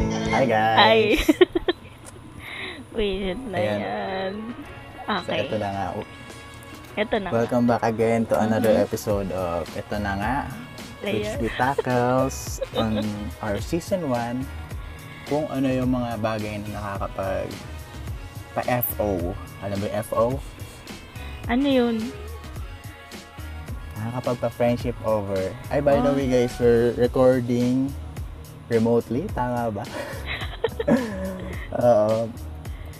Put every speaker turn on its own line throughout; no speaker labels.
guys.
Ay. Wait na
Ayan.
yan.
So,
Okay.
ito na nga.
Ito na.
Welcome back again to another
Mm-hmm.
episode of Ito na nga, which
Ayan.
we tackles on our season 1 kung ano yung mga bagay na nakakapag pa-FO. Alam mo yung FO?
Ano yun?
Nakakapagpa-friendship over. Ay, by the
Oh.
way guys, we're recording remotely. Tama ba? Oo.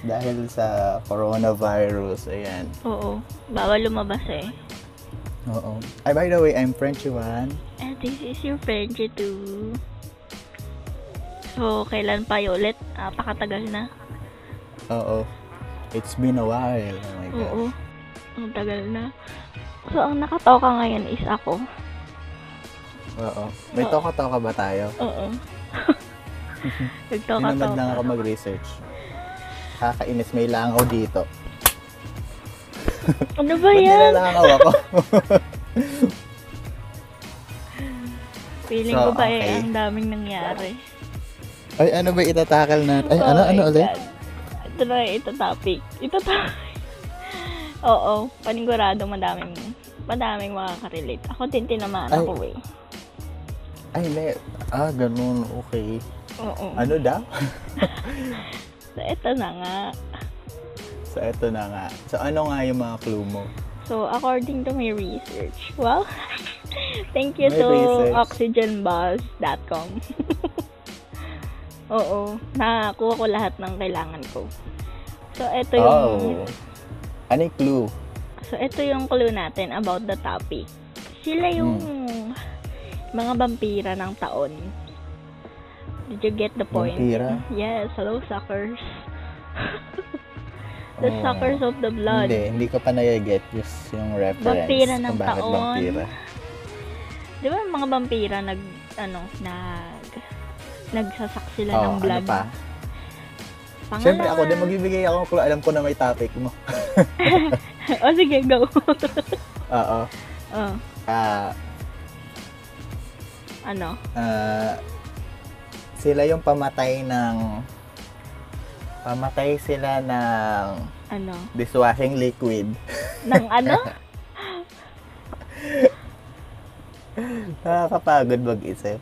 Dahil sa coronavirus, ayan.
Oo. Bawal lumabas eh.
Oo. Ay, by the way, I'm French Juan.
And Eh, this is your Frenchie too. So, kailan pa yun ulit? Ah, pakatagal na.
Oo. It's been a while. Oh my God.
Oo. Ang tagal na. So, ang nakatoka ngayon is ako.
Oo. May
Oo.
toka-toka ba tayo?
Oo.
Tinamad lang ako
Nagtoka-toka.
mag-research. Kakainis, may langaw dito.
Ano ba
Ba't
yan?
nilalangaw ako?
Feeling
So,
ko ba
okay.
eh, ang daming nangyari.
Ay, ano ba itatakal natin? Ay, ano,
Oh
ano
my
ulit?
God. Ito na, ito topic. Ito topic. Oo, panigurado madaming, madaming makaka-relate. Ako din tinamaan
Ay.
ako eh.
Ay, hindi. Ah, ganun. Okay.
Oo.
Ano daw?
So, ito na nga.
so, eto na nga. So, ano nga yung mga clue mo?
So, according to my research, well, thank you
May
to
research.
oxygenballs.com. Oo, nakakuha ko lahat ng kailangan ko. So, ito yung
Oh. Ano yung clue?
So, ito yung clue natin about the topic. Sila yung
Hmm.
mga vampira ng taon. Did you get the point?
Vampira?
Yes, hello suckers. the
Oh.
suckers of the blood.
Hindi, hindi ko pa nag-get just yung reference.
Vampira ng
kung bakit
taon.
Vampira.
Di ba yung mga vampira nag, ano, nag, nagsasak sila
Oo,
ng blood?
ano pa?
Pangalawa.
Siyempre ako din magbibigay ako ng clue. Alam ko na may topic mo.
o Oh, sige, go.
Oo.
oh,
Ah,
ano?
ah, sila yung pamatay ng pamatay sila ng
Ano?
dishwashing liquid.
Nang ano?
Nakakapagod mag-isip.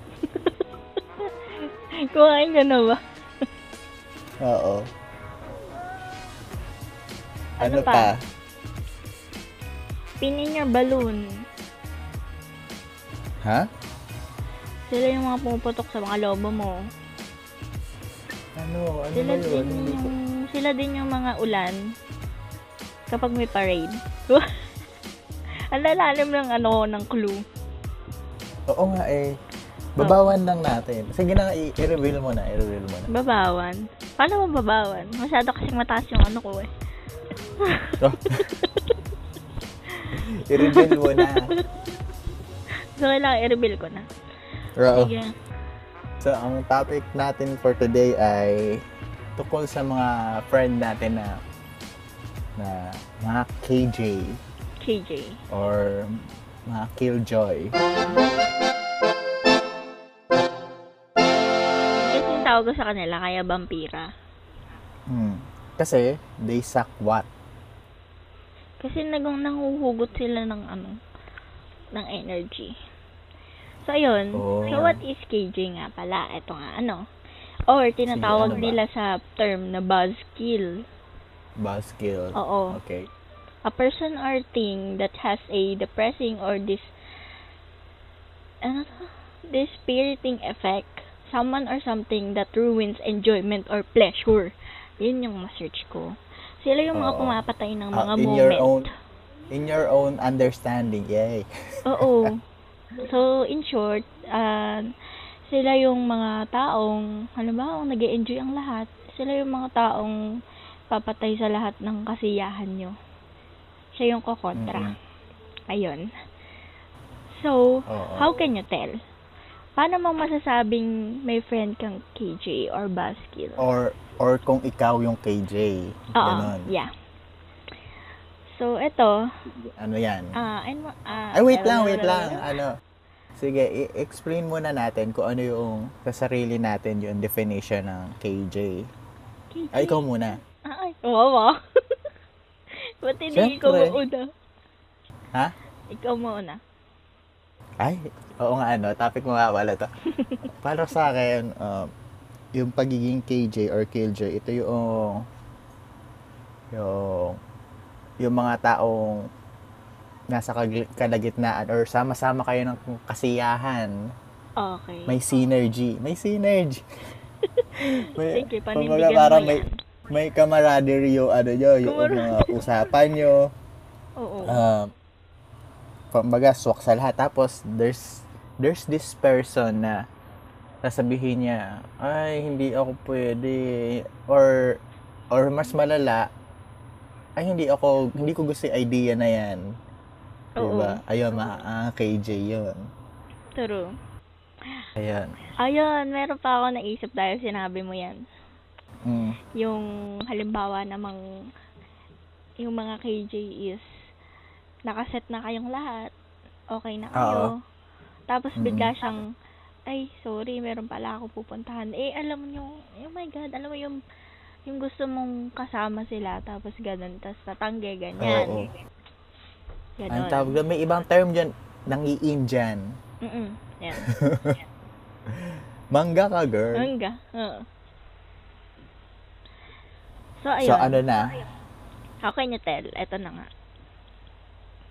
Kumain ka na ba?
Oo.
Ano
Ano,
pa?
pa?
Pinin your balloon.
Ha?
Sila yung mga pumuputok sa mga lobo mo.
Ano? Ano ba
Sila
yun?
din
Hindi
yung,
ko-
sila din yung mga ulan kapag may parade. Ang lalalim ng ano, ng clue.
Oo nga eh. Babawan lang natin. Sige na, nga, i- i-reveal mo na, i-reveal mo na.
Babawan. Paano ba babawan? Masyado kasing mataas yung ano ko eh.
I-reveal mo na.
So, kailangan i-reveal ko na.
Raw.
Sige.
So, ang topic natin for today ay tukol sa mga friend natin na na mga KJ
KJ.
or mga killjoy.
Kasi yung tawag ko sa kanila, kaya vampira.
Hmm. Kasi, they suck what?
Kasi nagang nanguhugot sila ng ano, ng energy. So, ayun.
Oo.
So, what is KJ nga pala? Ito nga, ano? Or, tinatawag
Sige, ano ba?
nila sa term na buzzkill.
Buzzkill.
Oo.
Okay.
A person or thing that has a depressing or dis... Ano to? Dispiriting effect. Someone or something that ruins enjoyment or pleasure. Yun yung ma-search ko. Sila yung mga
Oo.
pumapatay ng
Ah,
mga
in
moment.
your own in your own understanding. Yay.
Oo. So, in short, ah, sila yung mga taong, alam ba, nag enjoy ang lahat. Sila yung mga taong papatay sa lahat ng kasiyahan nyo. Siya yung kokontra.
Mm.
Ayun. So,
Oo.
how can you tell? Paano mo masasabing may friend kang KJ or Baskil?
Or or kung ikaw yung KJ.
Oo,
Ganon.
yeah. So, ito,
Ano yan?
ah, ano, ah,
Ay, wait
wala,
lang,
wala,
wait
wala,
lang.
wala.
Ano? Sige, i-explain muna natin kung ano yung sa sarili natin yung definition ng KJ.
KJ.
Ay, ikaw muna.
Ay, wow. Ba't hindi ikaw
Siyempre.
mauna?
Ha?
Ikaw mauna.
Ay, oo nga ano, topic mo nga wala to. Para sa akin, um, yung pagiging KJ or KJ, ito yung yung yung mga taong nasa kagli- kalagitnaan or sama-sama kayo ng kasiyahan.
Okay.
May synergy. May synergy. may,
Sige,
kumbaga
panindigan
parang
mo
may,
yan.
may camaraderie yung ano nyo, yung mga
Camaraderie.
usapan nyo
Oo.
um, kumbaga, swak sa lahat. Tapos, there's, there's this person na sasabihin niya, ay, hindi ako pwede. Or, or mas malala, ay, hindi ako, hindi ko gusto yung idea na yan.
Oo.
Diba? Ayun, ma, ah, KJ yun.
True.
Ayun.
Ayun, meron pa ako naisip dahil sinabi mo yan.
Mm.
Yung halimbawa namang yung mga KJ is nakaset na kayong lahat. Okay na kayo. Tapos
Mm.
bigla siyang ay, sorry, meron pala ako pupuntahan. Eh, alam mo yung, oh my God, alam mo yung, yung gusto mong kasama sila, tapos ganun, tapos tatangge, ganyan.
Oo.
Ganun.
Ang tawag doon, may ibang term dyan, nangiin dyan.
Mm-mm. Yan.
Mangga ka, girl.
Hangga. Oo. So, ayun.
So, ano na?
How can you tell? Ito na nga.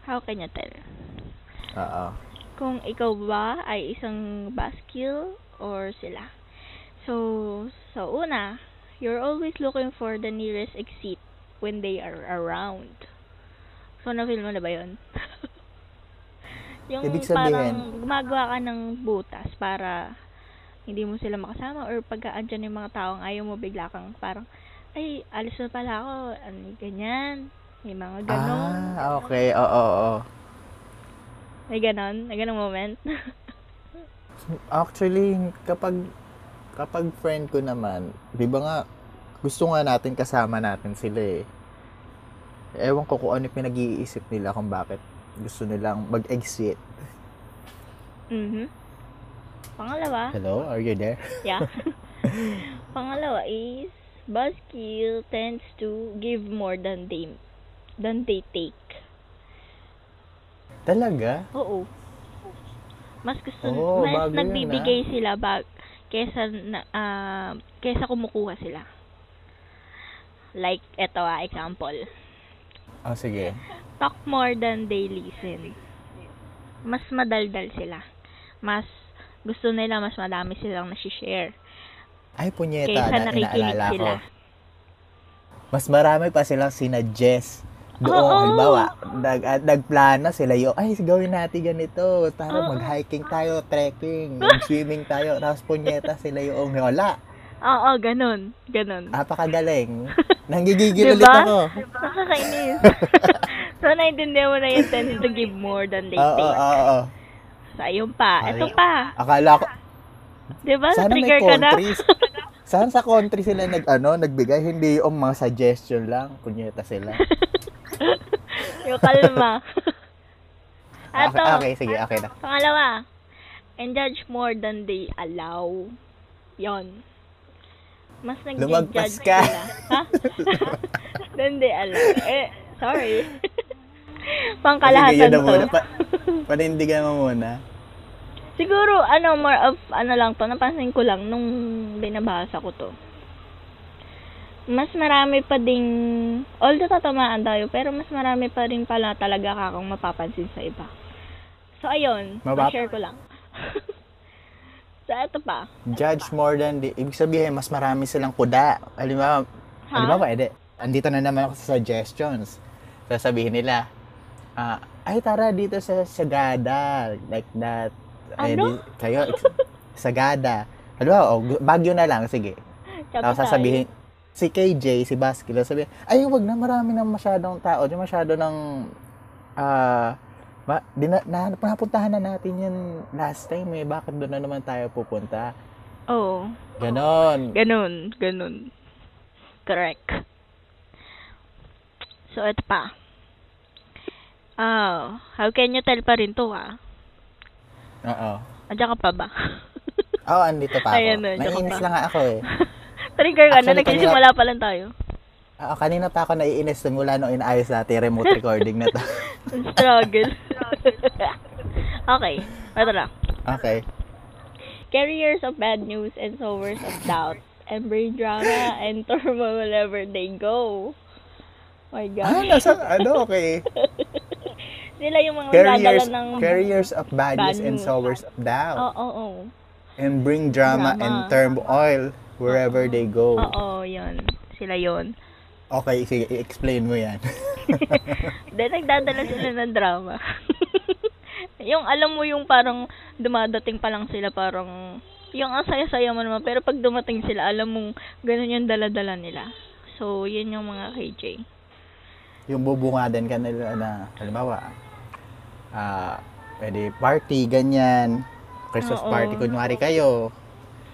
How can you tell?
Oo.
Kung ikaw ba ay isang baskil or sila. So, so una, you're always looking for the nearest exit when they are around. So, na-feel mo na ba yun? yung
Ibig
parang
sabihin-
gumagawa ka ng butas para hindi mo sila makasama or pagka andyan yung mga taong ayaw mo bigla kang parang ay, alis na pala ako, ano, ganyan, may mga ganon.
Ah, okay. Oo, oo, oo.
May ganon, may ganong moment.
Actually, kapag kapag friend ko naman, 'di ba nga gusto nga natin kasama natin sila eh. Ewan ko kung ano yung pinag-iisip nila kung bakit gusto nilang mag-exit.
mhm Pangalawa,
Hello, are you there?
yeah. Pangalawa is, buzzkill tends to give more than they, than they take.
Talaga?
Oo. Mas gusto,
Oo,
mas
bago yun, ah.
nagbibigay sila bag, kesa, na, ah, kesa kumukuha sila. Like, eto ah, example.
Oh, sige.
talk more than they listen. Mas madaldal sila. Mas gusto nila mas madami silang nasi-share
Ay, punyeta
kaysa
na
nakikinig
inaalala ko.
sila.
Mas marami pa silang sinadjust doon.
Oo.
Halimbawa, nag, at nagplano sila yung, ay, gawin natin ganito. Tara,
Oo.
mag-hiking tayo, trekking, mag-swimming tayo. Tapos punyeta sila yung, wala.
Oo, ganun. Ganun.
Ah. Napakagaling. Nanggigigil ulit
Diba?
ako.
Nakakainis. so, naintindihan mo na yung tend to give more than they
Oo,
take.
oo, oo.
So, ayun pa.
Ay.
Ito pa.
Akala ko,
Diba?
sana may
Trigger ka na.
countries. Saan sa country sila nag, ano, nagbigay? Hindi yung mga suggestion lang. Kunyeta sila.
yung kalma. Ato,
Okay, Ah, okay, sige, okay na.
Pangalawa, and judge more than they allow. Yon. Mas
Lumagpas
nag-judge
ka.
sila. Ha? than they allow. Eh, sorry.
Sige, yun
Pangkalahatan
na muna.
to.
Pa, panindigan mo muna.
Siguro, ano, more of, ano lang to, napansin ko lang nung binabasa ko to. Mas marami pa ding, although tatamaan tayo, pero mas marami pa rin pala talaga kakang mapapansin sa iba. So, ayun,
Mabab-
share ko lang. so, ito pa.
Judge more than the... Ibig sabihin, mas marami silang kuda. Halimbawa,
Ha?
halimbawa, edi, andito na naman ako sa suggestions. Sasabihin nila, ah, ay, tara dito sa Sagada. Like that. Ay, di-
Ano?
kayo, ex- Sagada. Halimbawa, oh, gu- Baguio na lang, sige.
Sabi
Tapos
tayo.
sasabihin, si KJ, si Baskilo, sabi, ay, wag na, marami ng masyadong tao. Diyan masyado ng, ah, ma, dina, na, napuntahan na natin yan last time eh. Bakit doon na naman tayo pupunta?
Oo.
Ganon.
Ganun, ganun. Correct. So, Ah, ito pa. Oh, how can you tell pa rin to, ha?
Oo.
ah? Andiyan ka pa ba?
Oo, andito pa ako.
Ayan na, joke
Naiinis
pa.
lang nga ako eh.
Trigger ka na,
Actually,
ano, nagsisimula pa lang tayo.
Oo, kanina pa ako naiinis simula nung inaayos natin yung remote recording na to.
Ang struggle. okay, ito na.
okay.
Carriers of bad news and sowers of doubt. And bring drama and turmoil wherever they go. Oh My
Ah,
God.
nasa, ano, okay.
Sila yung mga
Carriers,
nagdadala ng...
carriers of bad news and
news.
sowers of doubt.
Oo, oo.
and bring drama,
Drama.
and turmoil wherever they go.
Oo, yun. Sila yun.
Okay, sige, i-explain mo yan.
Then, nagdadala sila ng drama. yung alam mo yung parang dumadating pa lang sila parang yung ang saya-saya mo naman pero pag dumating sila alam mong ganun yung dala-dala nila. So, yun yung mga KJ.
yung bubungadan ka nila na, halimbawa, ah, pwede party, ganyan, Christmas
Oo.
party, kunwari kayo.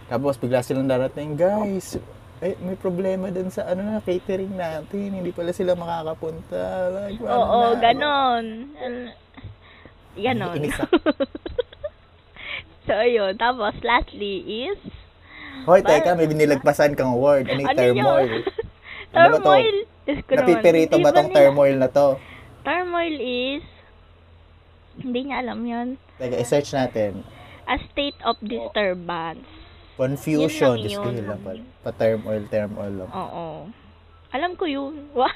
Tapos bigla silang darating, guys, eh, may problema dun sa ano na, catering natin, hindi pala sila makakapunta. Like, ano
Oo,
na,
ganon. Al- Ganon.
Inis ako.
so, yun. Tapos, lastly is,
Hoy, teka, may binilagpasan kang word. Ano yung
Ano yun?
turmoil? Ano ba to?
turmoil. Diyos ko naman.
Napipirito
Hindi
ba tong
nila-
turmoil na to?
Turmoil is, hindi niya alam yun.
Teka, i-search natin.
A state of disturbance.
Confusion.
Yun lang
Diyos ko
yun.
yun lang pala. Pa term oil, term oil lang.
Oo. Alam ko yun. What?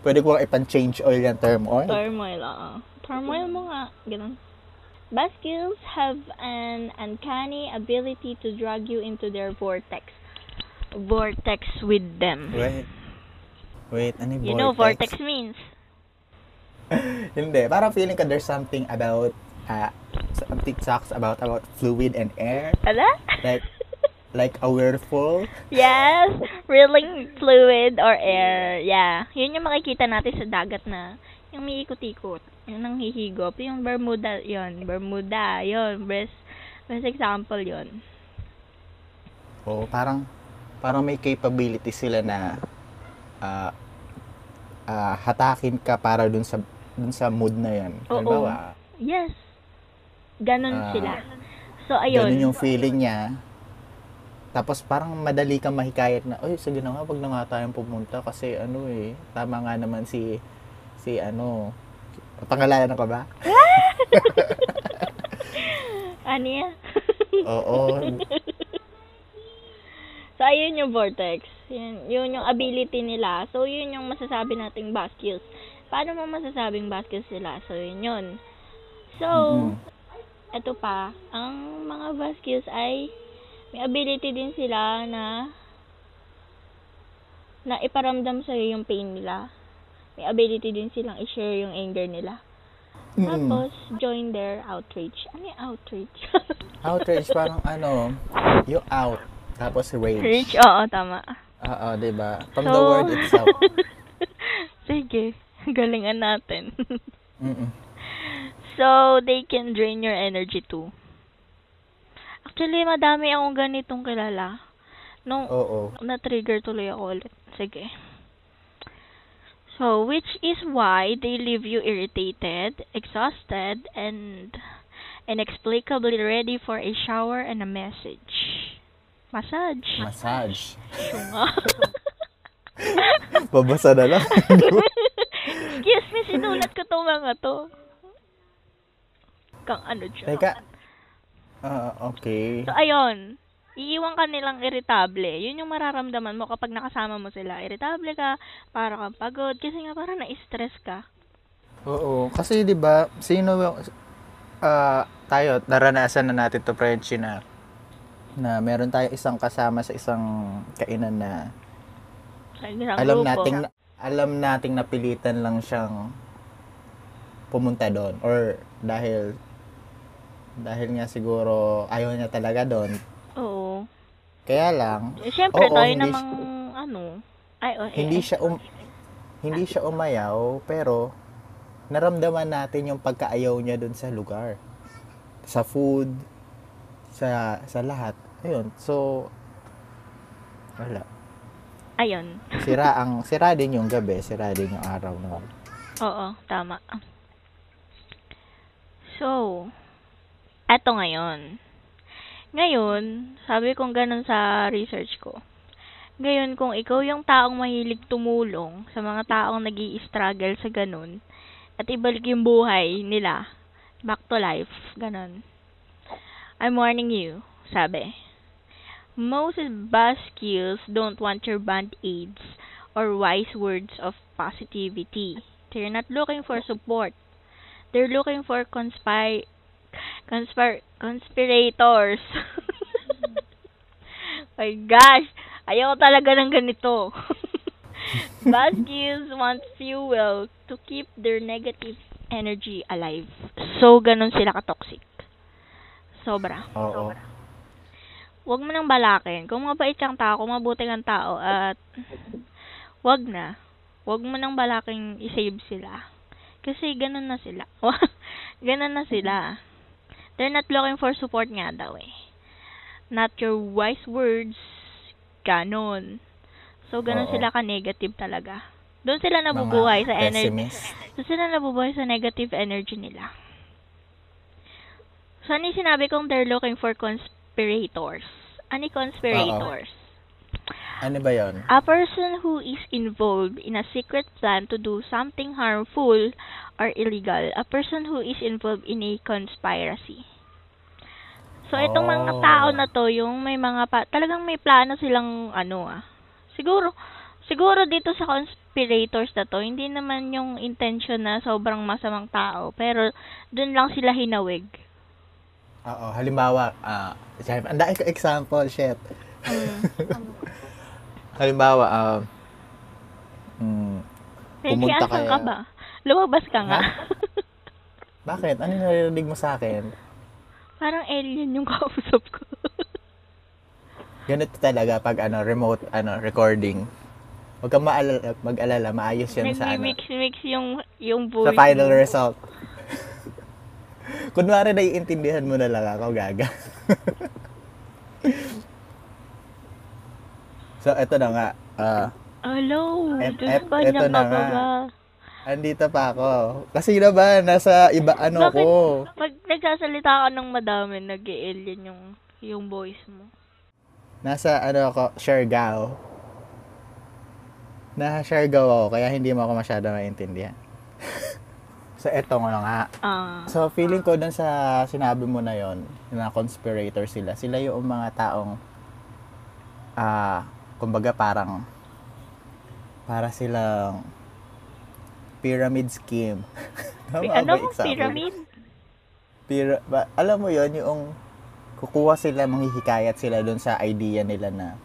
Pwede ko bang ipan-change oil yung term oil?
Turmoil, oo. Turmoil mo nga. Ganun. Bascules have an uncanny ability to drag you into their vortex. Vortex with them.
Wait. Wait, ano yung
You know
vortex?
vortex means?
Hindi, parang feeling ka there's something about, ah, something sucks about, about fluid and air.
Ala?
Like, like a whirlpool.
Yes, reeling fluid or air. Yeah, yun yung makikita natin sa dagat na yung may ikot-ikot, yung nanghihigop, yung Bermuda, yun, Bermuda, yun, best, best example yun.
Oo, parang, parang may capability sila na, ah, ah, hatakin ka para dun sa, dun sa mood na yan.
Oo.
Halimbawa,
Yes, ganun
Ah,
sila. So,
Ganun
ayun.
yung feeling niya. Tapos parang madali kang mahikayat na, oy, sige na nga, wag na nga tayong pumunta kasi ano eh, tama nga naman si, si ano, pangalanan ko ba?
Ano yan?
Oo.
So, ayun yung vortex. Yun, yun yung ability nila. So, yun yung masasabi nating bascules. Paano mo masasabing bascules sila? So, yun yun. So,
Mhm.
eto pa, ang mga bascules ay may ability din sila na na iparamdam sa'yo yung pain nila. May ability din silang i-share yung anger nila.
Mm.
Tapos, join their outrage. Ano yung outrage?
Outrage, parang ano, you out. Tapos rage.
Outrage? Oo, tama.
Oo, di ba? From
Oh.
the word itself.
Sige, galingan natin.
Mm-mm.
so, they can drain your energy too. Actually, madami akong ganitong kilala. Nung
Oo.
na-trigger tuloy ako ulit. Sige. So, which is why they leave you irritated, exhausted, and inexplicably ready for a shower and a message. Massage.
Massage.
Tunga.
Babasa na lang.
Excuse me, sinulat ko tong mga to. Kang ano dyan.
Teka. Ah, okay.
So, ayun. Iiwan ka nilang irritable. Yun yung mararamdaman mo kapag nakasama mo sila. Irritable ka, para kang pagod. Kasi nga parang na-stress ka.
Oo, kasi 'di ba, sino ah tayo naranasan na natin to Frenchie na na meron tayo isang kasama sa isang kainan na
Sa isang
alam
grupo.
nating alam nating napilitan lang siyang pumunta doon or dahil dahil nga siguro ayaw niya talaga doon.
Oo.
Kaya lang
Eh, Siyempre,
Oo,
tayo
hindi
namang, ano, ay, oh, eh,
hindi
eh.
siya um, hindi siya umayaw pero naramdaman natin yung pagkaayaw niya dun sa lugar sa food sa sa lahat ayun so wala
ayun.
sira ang sira din yung gabi sira din yung araw na
Oo, tama. So, eto ngayon. Ngayon, sabi kong ganun sa research ko. Ngayon, kung ikaw yung taong mahilig tumulong sa mga taong nag struggle sa ganun, at ibalik yung buhay nila, back to life, ganun. I'm warning you, sabi. Most buskills don't want your band-aids or wise words of positivity. They're not looking for support. They're looking for conspire conspire conspirators. My gosh, ayaw talaga ng ganito. Buskills want fuel to keep their negative energy alive. So, ganun sila ka-toxic. Sobra.
Oo.
Huwag mo nang balakin. Kung mabait kang tao, kung mabuti kang tao, at wag na. Huwag mo nang balakin i-save sila. Kasi ganun na sila. ganun na sila. They're not looking for support nga daw eh. Not your wise words. Ganun. So, ganun
Oo.
sila ka-negative talaga. Doon sila nabubuhay sa energy.
pessimist.
Doon sila nabubuhay sa negative energy nila. So, ano yung sinabi kong they're looking for conspirators? Ano yung conspirators?
Ano ba yon?
A person who is involved in a secret plan to do something harmful or illegal. A person who is involved in a conspiracy. So, itong mga
Oh.
tao na to, yung may mga, pa- talagang may plano silang, ano ah. Siguro, siguro dito sa conspirators na to, hindi naman yung intention na sobrang masamang tao. Pero, dun lang sila hinawig.
Oo, halimbawa, ah, syempre, ang daing example, shit.
Mm.
halimbawa, ah, mm,
Pinky,
Pumunta
asan
kaya-
ka ba? Lumabas ka nga.
bakit? Ano yung naririnig mo sa akin?
Parang alien yung kausap ko.
Ganito talaga pag ano, remote ano, recording. Huwag kang maalala, mag-alala, maayos yan sa ano,
Nagmi-mix mix yung
sa
yung voice.
final
mo.
result. Kunwari, naiintindihan mo na lang ako, gaga. so, eto na nga. ah,
Hello.
Et-
Diyos
et-
ko,
eto
dyan
na
ka ba
nga.
ba?
andito pa ako. Kasi na ba, nasa iba ano
Bakit
ko.
pag nagsasalita ka ng madami, nag alien yung yung voice mo?
Nasa ano ako, Siargao. Nasa Siargao ako, kaya hindi mo ako masyado maintindihan. so, eto nga nga.
Ah.
So, feeling ko dun sa sinabi mo na yon na conspirator sila, sila yung mga taong, ah, kumbaga parang, para silang pyramid scheme. Tama
Pi- ano
ba
mo,
example?
pyramid?
Pero, ba, alam mo yon yung kukuha sila, manghihikayat sila doon sa idea nila na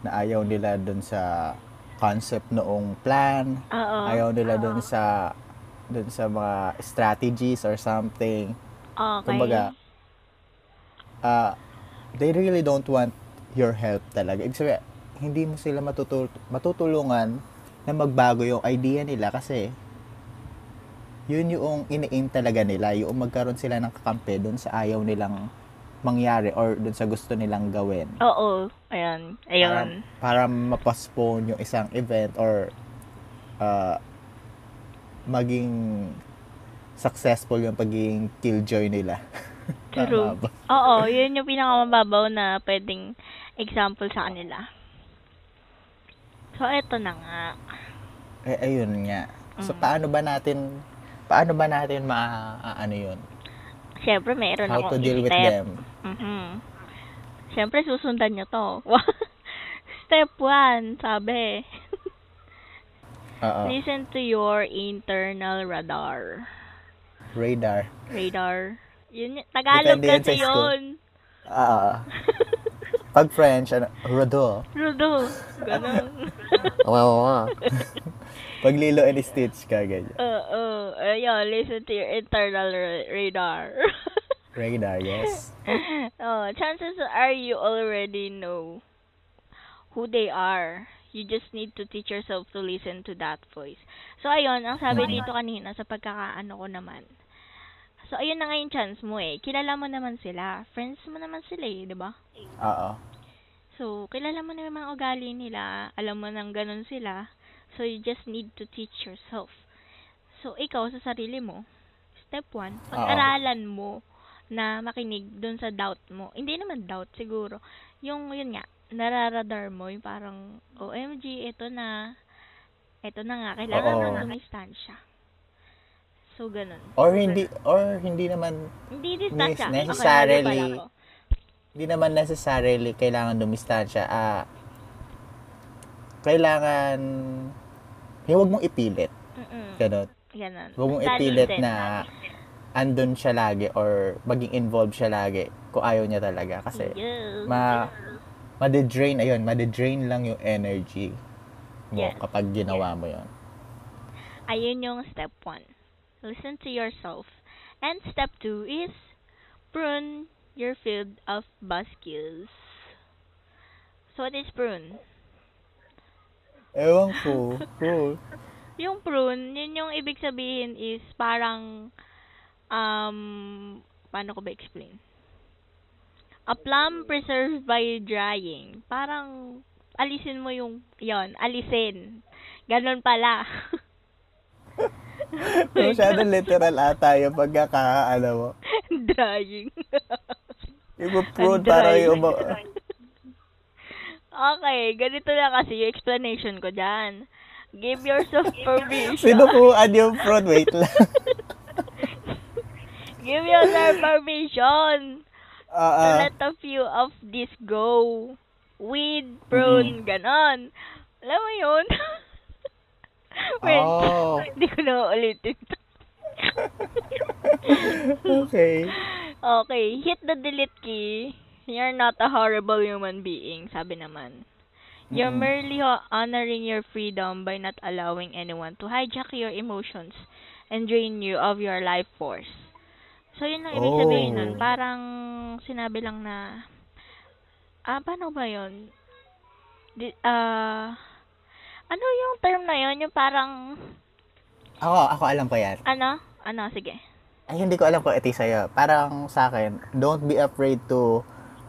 na ayaw nila doon sa concept noong plan,
Oo.
ayaw nila doon sa doon sa mga strategies or something.
Okay.
Kumbaga, ah, they really don't want your help talaga. Ibig sabihin, hindi mo sila matutul- matutulungan na magbago yung idea nila kasi yun yung ini-aim talaga nila, yung magkaroon sila ng kakampi dun sa ayaw nilang mangyari or dun sa gusto nilang gawin.
Oo. Ayan. Ayan.
Para, para mapostpone yung isang event or ah, maging successful yung pagiging killjoy nila. Tama
True.
ba?
Oo. Yun yung pinakamababaw na pwedeng example sa kanila. So, eto na nga.
Eh, ayun nga. So,
Mm.
paano ba natin, paano ba natin ma, a- ano yun?
Siyempre, meron
How to
akong
deal with
step.
them.
Mhm. Siyempre, susundan nyo to. Step one, sabi.
Oo.
Listen to your internal radar.
Radar.
Radar. Yun, y- Tagalog
Depende yan
kasi
sa school.
yun.
Oo. Pag French, ano, rado.
Rudo. Ganun.
Wow. Pag Lilo and Stitch ka, ganyan.
Oo. Ayun, listen to your internal ra- radar.
Radar, yes.
oh, chances are you already know who they are. You just need to teach yourself to listen to that voice. So, ayun, ang sabi
Mm.
dito kanina sa pagkakaano ko naman. So, ayun na nga yung chance mo eh. Kilala mo naman sila. Friends mo naman sila eh, di ba?
Oo.
So, kilala mo na yung mga ugali nila. Alam mo nang ganun sila. So, you just need to teach yourself. So, ikaw sa sarili mo, step one,
Ah,
pag-aralan mo na makinig dun sa doubt mo. Hindi naman doubt, siguro. Yung, yun nga, nararadar mo, yung parang, OMG, ito na, ito na nga, kailangan
Oo.
na dumistansya. So, ganun.
Or hindi or hindi naman
Hindi
Miss,
distansya. Okay,
necessarily-
ano pala ako?
hindi naman necessarily kailangan dumistansya. Ah kailangan yung wag mong ipilit.
Mm-mm.
Ganun.
Ganun.
Huwag mong
Basta
ipilit
listen,
na-
listen.
Andun siya lagi or maging involved siya lagi kung ayaw niya talaga kasi
Yes.
ma madedrain ayun, madedrain lang yung energy mo
Yes.
kapag ginawa mo 'yon.
Ayun yung step one. Listen to yourself. And step two is prune your field of buskills. So, what is prune?
Ewan ko. Cool.
Yung prune, yun yung ibig sabihin is parang, um, paano ko ba explain? A plum preserved by drying. Parang, alisin mo yung, yon alisin. Ganon pala.
Masyado literal ata yung pagkakaano mo.
drying.
Yung prune
Ang
para
dry.
yung...
okay, ganito na kasi yung explanation ko dyan. Give yourself permission.
Sinukuan yung prune. Wait lang.
Give yourself permission to
Ah, ah.
let a few of this go. Weed, prune, ganon. Alam mo yun? Wait,
Oh.
hindi ko na ulitin.
okay.
okay, hit the delete key. You're not a horrible human being, sabi naman. You're
Mm-mm.
merely ho- honoring your freedom by not allowing anyone to hijack your emotions and drain you of your life force. So, yun ang ibig sabihin nun.
Oh.
Parang sinabi lang na, ah, paano ba yun? Di, ah, ano yung term na yun? Yung parang,
Ako, ako alam ko yan.
ano? Ano, sige.
Ay, hindi ko alam kung ito sa'yo. Parang sa akin, don't be afraid to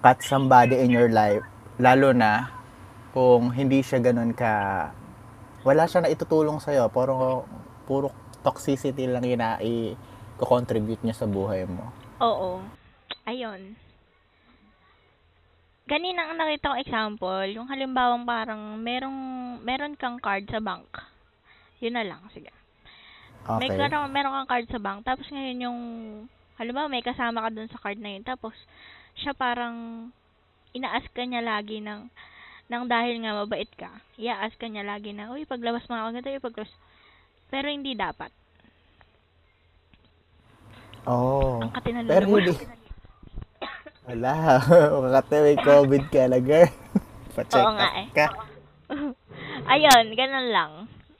cut somebody in your life. Lalo na kung hindi siya ganun ka... Wala siya na itutulong sa'yo. Puro, puro toxicity lang yun na i-contribute niya sa buhay mo.
Oo. Ayun. Kanina ang nakita ko example, yung halimbawang parang merong, meron kang card sa bank. Yun na lang, sige. May
Okay.
meron, meron kang card sa bank, tapos ngayon yung, halimbawa may kasama ka dun sa card na yun, tapos siya parang inaask ka niya lagi ng, ng dahil nga mabait ka, iaask ka niya lagi na, uy, paglabas mo ako ganito, uy, paglabas. Pero hindi dapat.
Oh.
Ang katinalo
Pero
naman.
hindi. Wala. Makakate, may COVID ka na, girl. Pa-check
Oo nga
up
eh.
ka.
Ayun, ganun lang.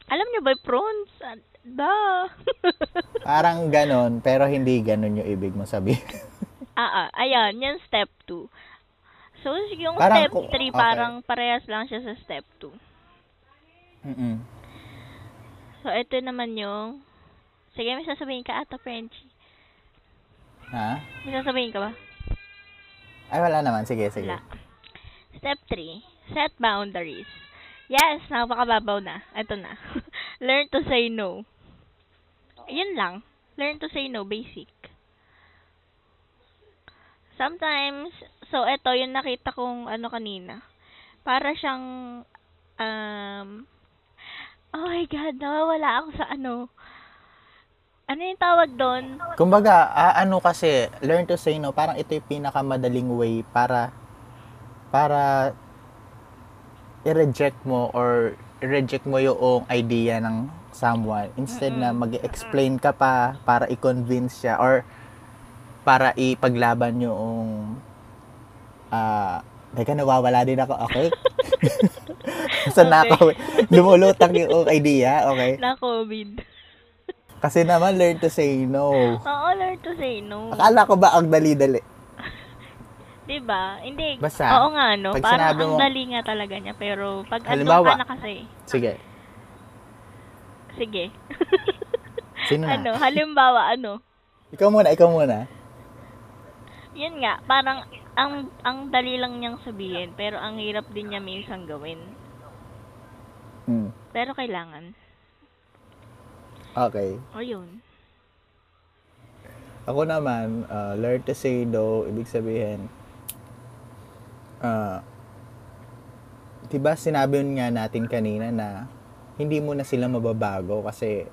Alam niyo ba, prawns? Ah, Da.
Parang ganon, pero hindi ganon yung ibig mo sabihin.
ah, ah, ayun, yan step 2. So, yung
Parang
step
kung-
3,
okay.
parang parehas lang siya sa step 2.
Mm-mm.
So, ito naman yung... Sige, may sasabihin ka ata, Frenchie.
Ha?
May sasabihin ka ba?
Ay, wala naman. Sige, sige.
Wala. Step 3, set boundaries. Yes, napakababaw na. Ito na. Learn to say no. Yun lang. Learn to say no, basic. Sometimes, so ito, yung nakita kong ano kanina. Para siyang, um, oh my God, nawawala ako sa ano. Ano yung tawag doon?
Kumbaga, ah, ano kasi, learn to say no, parang ito yung pinakamadaling way para, para i-reject mo or reject mo yung idea ng someone instead na mag-explain ka pa para i-convince siya or para ipaglaban yung ah, teka nawawala din ako, okay? Sa
Okay.
nakaw, lumulutang yung idea, okay?
Na COVID.
Kasi naman, learn to say no.
Oo, learn to say no.
Mm. Akala ko ba ang dali-dali?
Diba? Hindi.
Basta,
Oo nga, no?
pag
Parang
sinabi
ang
mo-
dali nga talaga niya. Pero pag
Halimbawa-
andun ka na kasi,
Sige.
sige.
Sino na?
ano, halimbawa, ano?
Ikaw muna, ikaw muna.
Yun nga, parang ang ang dali lang niyang sabihin, pero ang hirap din niya minsan gawin.
Hmm.
Pero kailangan.
Okay.
O yun.
Ako naman, uh, learn to say no, ibig sabihin, uh, diba sinabi yun nga natin kanina na hindi mo na sila mababago kasi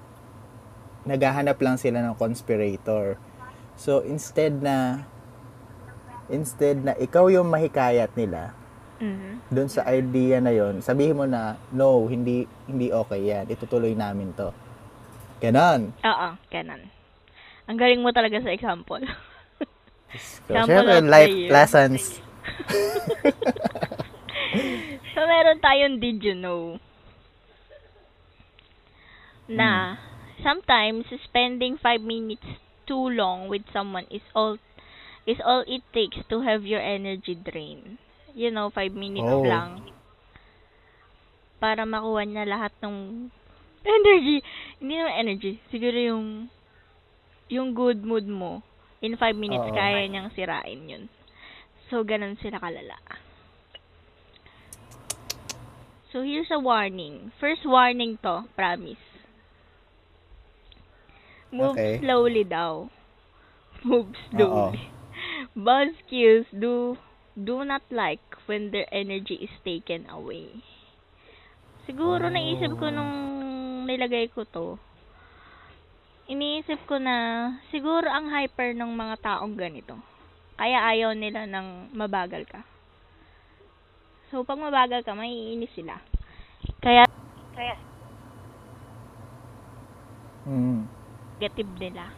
naghahanap lang sila ng conspirator. So, instead na instead na ikaw yung mahikayat nila
Mhm.
doon sa idea na yon sabihin mo na, no, hindi hindi okay yan. Itutuloy namin to. Ganon.
Oo, ganun. Ang galing mo talaga sa example.
So,
Example
syempre,
of the
life
year.
lessons.
so, meron tayong did you know?
Hmm.
Na, sometimes, spending five minutes too long with someone is all is all it takes to have your energy drain. You know, five minutes
Oh.
lang. Para makuha niya lahat ng energy. Hindi naman energy. Siguro yung yung good mood mo. In five minutes,
Oo.
kaya niyang sirain yun. So, ganun sila kalala. So, here's a warning. First warning to, promise. Move
Okay.
slowly daw. Move
Oo.
slowly. Buzz cues do, do not like when their energy is taken away. Siguro naisip ko nung nilagay ko to, iniisip ko na siguro ang hyper ng mga taong ganito. Kaya ayaw nila ng mabagal ka. So, pag mabagal ka, maiinis sila. Kaya, kaya
Mm.
negative nila.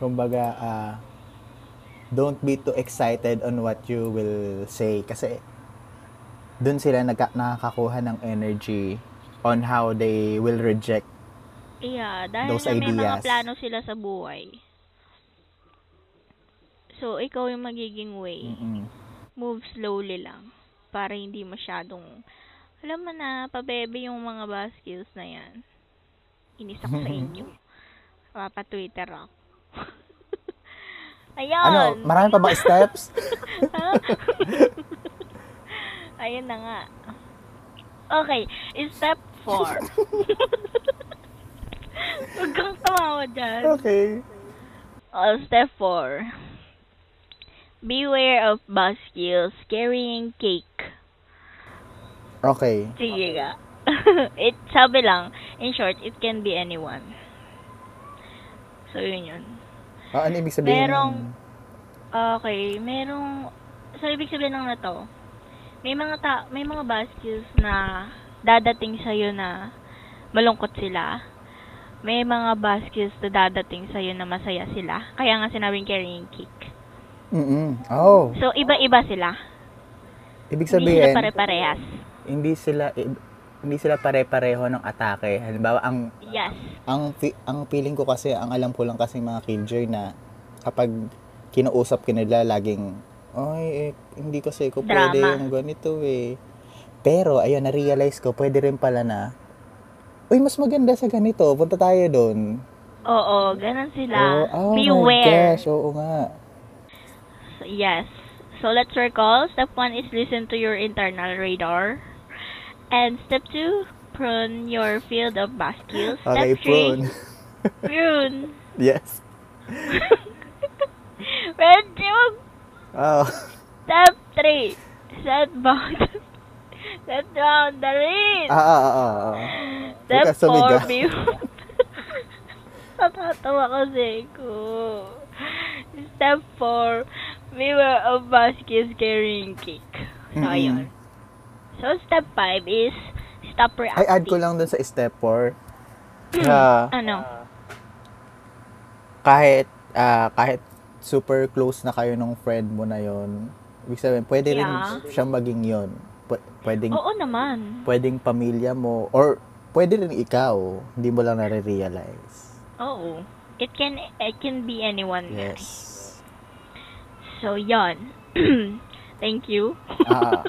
Kumbaga, ah, don't be too excited on what you will say kasi doon sila nagka- nakakakuha ng energy on how they will reject.
Yeah, dahil
Those
na may mga
ideas.
plano sila sa buhay. So, ikaw yung magiging way.
Mm-mm.
Move slowly lang. Para hindi masyadong, alam mo na, pabebe yung mga baskets na yan. Inis ako sa inyo. Papatwitter ako. Ayan!
Ano, marami pa ba steps?
Ha? Ayun na nga. Okay, step 4. Huwag kang tumawa dyan.
okay.
Oh, step 4. Beware of buskills carrying cake.
Okay.
Sige ka. it, sabi lang, in short, it can be anyone. So, yun yun.
Ah, ano ibig sabihin? ng-
Merong- Okay, merong so ibig sabihin ng na to. May mga ta, may mga baskets na dadating sa na malungkot sila. May mga baskets na dadating sa na masaya sila. Kaya nga sinabing carrying cake.
Mm-mm. Oh,
So iba-iba sila.
ibig
Hindi
sabihin,
sila pare-parehas.
hindi sila eh, hindi sila pare-pareho ng atake. Halimbawa, ang
Yes.
ang fi- ang feeling ko kasi ang alam ko lang kasi mga killjoy na kapag kinausap ka nila laging ay eh, hindi kasi ko
Drama.
pwede yung ganito eh pero ayun na realize ko pwede rin pala na uy mas maganda sa ganito punta tayo doon
Oo, ganun sila.
oh, oh my
Beware.
gosh oo nga
Yes. So let's recall. Step one is listen to your internal radar. And step two, prune your field of bascules.
okay
step
prune
three, prune.
yes
Red joke.
oh
Step three, set boundaries. Set boundaries.
ah ah ah, ah, ah.
step
Bukas sumig,
four,
ah.
view. Natatawa kasi ko. Step four, viewer of baskets carrying cake. So,
Mm-mm.
ayun. So, step 5 is stop reacting.
ay
Ah,
add ko lang dun sa step 4 na
Ano?
kahit ah, kahit super close na kayo nung friend mo na yon ibig sabihin pwede rin
Yeah.
siyang maging yon Pw- pwedeng
Oo naman.
pwedeng pamilya mo or pwede rin ikaw hindi mo lang nare-realize
Oo. It can it can be anyone.
yes
So, yon. Thank you.
ah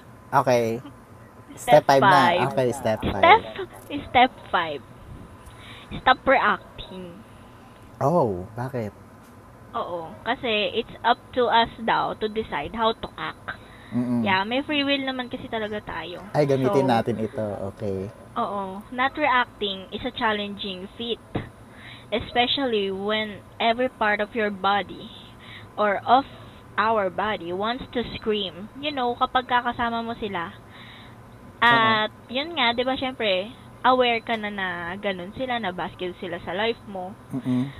okay step 5
five.
na okay step 5
Step step 5. Stop reacting.
oh bakit
Oo. Kasi it's up to us daw to decide how to act.
Mm-mm.
Yeah, may free will naman kasi talaga tayo.
ay gamitin
So,
natin ito okay
Oo. Not reacting is a challenging feat. especially when every part of your body or of our body wants to scream. You know, kapag kakasama mo sila. At yun nga, 'di ba, syempre, aware ka na na ganun sila na basket sila sa life mo.
Mm-mm.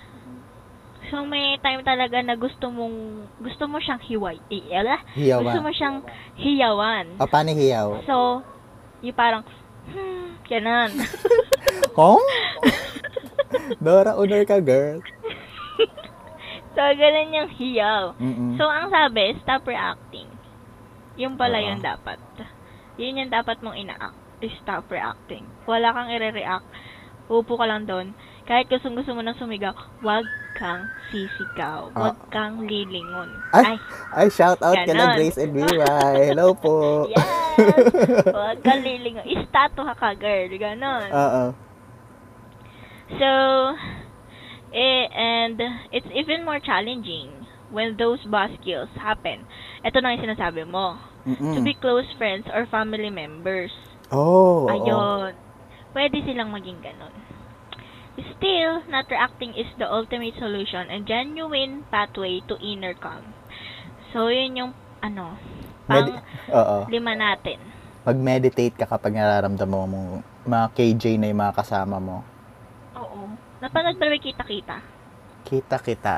So may time talaga na gusto mong gusto mo siyang hiway. Eh, ala, Gusto
Hiyawan. Ah.
mo siyang hiyawan.
O, paano hiyaw?
So, yung parang, hmm, ganun.
Kong? Dora, honor ka, girl.
so, ganun yung hiyaw.
Mm-mm.
So, ang sabi, stop reacting. Yung pala
Oo.
yun dapat. Yun yung dapat mong ina-act. is Stop reacting. Wala kang ire-react. Upo ka lang doon. Kahit gustong gusto mo nang sumigaw, wag kang sisigaw. Wag kang lilingon.
Ah. Ay! Ay, shout out ka
Ganon.
na, Grace and Levi. Hello po.
yes! Wag kang lilingon. Istatwa ka, girl. Ganon.
Oo.
So, eh, and it's even more challenging when those boss skills happen. Ito na yung sinasabi mo. To
Mm-mm.
be close friends or family members.
Oh, oo.
Ayun. Pwede silang maging ganun. Still, not reacting is the ultimate solution and genuine pathway to inner calm. So, yun yung, ano, pang
Medi- Oo.
lima natin.
Mag-meditate ka kapag nararamdaman mo mga KJ na yung mga kasama mo.
Oo. Napanood ba may kita-kita?
Kita kita.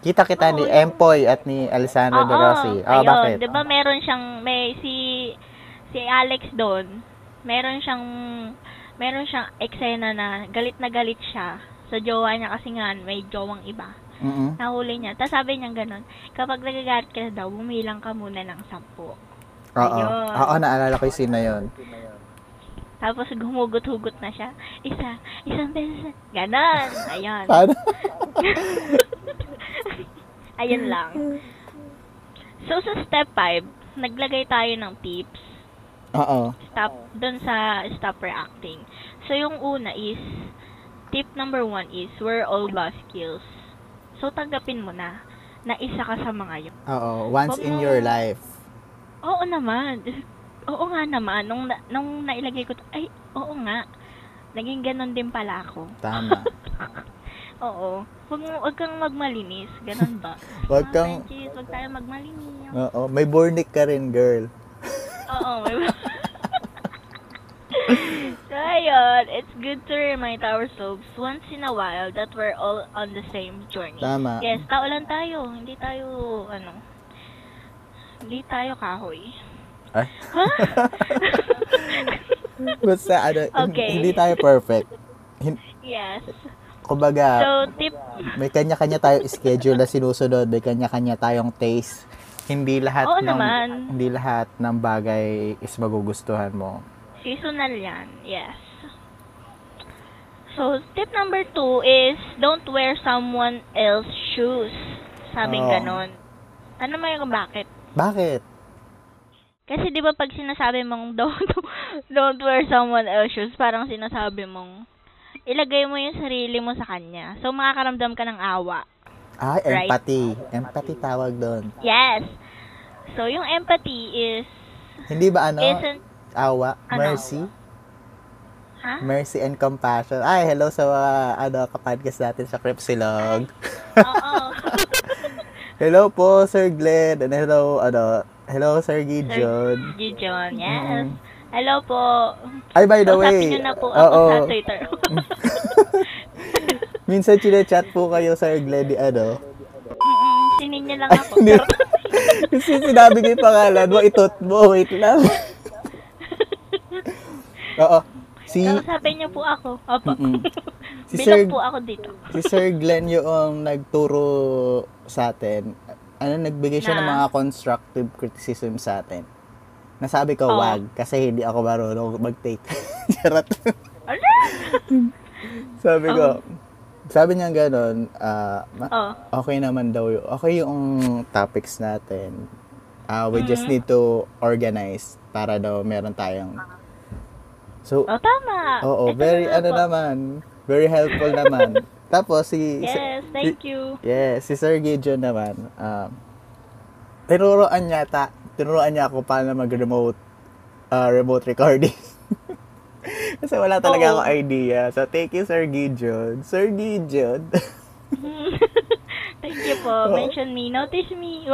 Kita kita
Oo,
ni
yun.
Empoy at ni Alessandro De Rossi. Oh,
ayun.
bakit?
'Di ba meron siyang may si si Alex doon. Meron siyang meron siyang eksena na galit na galit siya sa jowa niya kasi nga may jowang iba.
Mm-mm.
Nahuli niya. Tapos sabi niya ganun, kapag nagagalit ka na daw, bumilang ka muna ng sampu.
Oo.
Ayun.
Oo, naalala ko yung scene na yun.
Tapos gumugot-hugot na siya. Isa, isang beses. Ganon. Ayun.
Paano?
Ayun lang. So sa step 5, naglagay tayo ng tips
Oo.
stop doon sa stop reacting. So yung una is tip number one is we're all boss skills. So tanggapin mo na na isa ka sa mga yun.
Oo. Once in your life.
Oo naman. Oo nga naman nung na- nung nailagay ko to, ay oo nga. Naging ganon din pala ako.
Tama.
Oo. Huwag, mo- huwag kang magmalinis. Ganon ba?
Huwag
Mga
kang...
Frenchies, huwag tayo magmalinis.
Oo. May burnick ka rin, girl.
Oo, may ba? so, ayun, it's good to remind ourselves once in a while that we're all on the same journey.
Tama.
Yes, tao lang tayo. Hindi tayo, ano, hindi tayo kahoy.
Ay.
Ha?
Basta, ano,
Okay.
hindi tayo perfect.
yes.
Kumbaga,
So, tip,
may kanya-kanya tayong schedule na sinusunod, may kanya-kanya tayong taste. Hindi lahat ng
oo naman,
hindi lahat ng bagay is magugustuhan mo.
seasonal yan. Yes. So, tip number two is don't wear someone else's shoes. Sabing
Oo.
ganon. Ano may bakit?
Bakit?
Kasi 'di ba pag sinasabi mong don't don't wear someone else's shoes, parang sinasabi mong ilagay mo 'yung sarili mo sa kanya. So makakaramdam ka ng awa.
Ah,
Right.
empathy. Empathy tawag doon.
Yes. So 'yung empathy is
Hindi ba ano?
isn't
Awa,
Ano?
mercy,
ha?
mercy and compassion. Ay, hello sa mga ano kapodcast natin sa Cripsilog.
Oo.
Hello po Sir Glenn and hello ano, hello Sir Gideon.
Gijon. Yes.
Mm.
Hello po.
Ay, by the
Kausapin
way,
niyo na po ako
oo,
sa Twitter.
minsan chat po kayo Sir Glenn ni ano.
Mm-mm, Sinin niyo lang ako.
Hindi. Kasi sinabi ko yung pangalan mo, itot mo, wait lang. Oo. Si,
Kausapin niyo po ako. Opo.
Mm-mm. Si
Bilog
Sir-
po ako dito.
si Sir Glenn yung nagturo sa atin. Ano, nagbigay siya ng
Na?
mga constructive criticism sa atin. Nasabi ko,
Oo.
wag, kasi hindi ako marunong mag-take. Charot.
Ano?
sabi ko, sabi niya gano'n, ah, ma-
Oh.
okay naman daw yun. Okay yung topics natin. Ah, we
Mm-hmm.
just need to organize para daw meron tayong... So,
Oh, tama.
oo,
Ito
very
na
ano
po.
naman, very helpful naman. Tapos si...
Yes, thank you.
Yes, si Sir Gideon naman, um, tinuruan niya ta, tinuruan niya ako paano mag-remote, ah, remote recording. Kasi wala talaga
Oo.
akong idea. So, thank you, Sir Gideon. Sir Gideon.
Mm. Thank you po.
Oo.
Mention me. Notice me.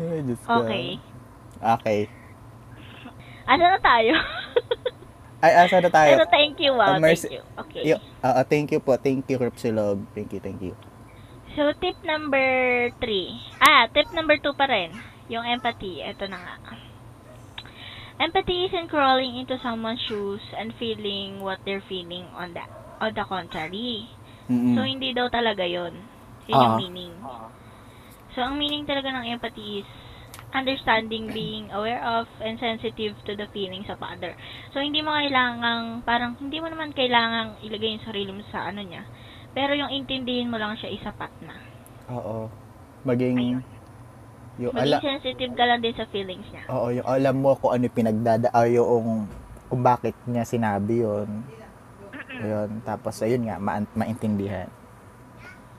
Ay, Diyos ko.
okay.
Okay.
Asa na tayo?
Ay, asa na tayo?
Pero thank you, wow.
Ah, mercy-
Thank you. Okay.
Yo, ah, ah, thank you po. Thank you, Cripsilog. Thank you, thank you.
So, tip number three. Ah, tip number two pa rin. Yung empathy. Ito na nga. Empathy isn't crawling into someone's shoes and feeling what they're feeling on the, on the contrary.
Mm-mm.
So, hindi daw talaga yon Yun yung
Hmm. Ah.
meaning. So, ang meaning talaga ng empathy is understanding, being aware of, and sensitive to the feelings of other. So, hindi mo kailangang, parang, hindi mo naman kailangang ilagay yung sarili mo sa ano niya. Pero yung intindihin mo lang siya, isapat na.
Oo. Maging, yung ala,
Maging sensitive ka lang din sa feelings niya.
oo, yung alam mo kung ano yung pinagdada, ah, yung kung bakit niya sinabi yon Ayun. Tapos, ayun nga, ma- maintindihan.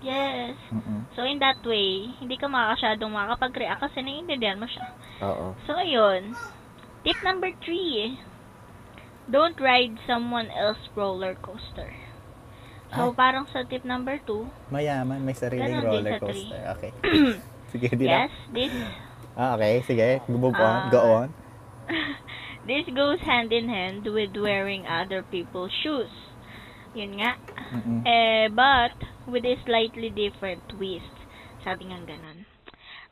Yes.
Mm-mm.
So, in that way, hindi ka makakasyadong makakapag-react kasi naiintindihan mo siya.
Oo.
So, ayun. Tip number three. eh. Don't ride someone else's roller coaster. So, parang sa tip number two,
Mayaman, may sariling
Ganon din
roller
sa tree.
coaster. Okay. Sige, di na.
yes, this
Ah, okay. Sige. Move on.
Ah.
Go on.
this goes hand in hand with wearing other people's shoes. Yun nga.
Mm-mm.
Eh, but with a slightly different twist. Sabi nga ganun.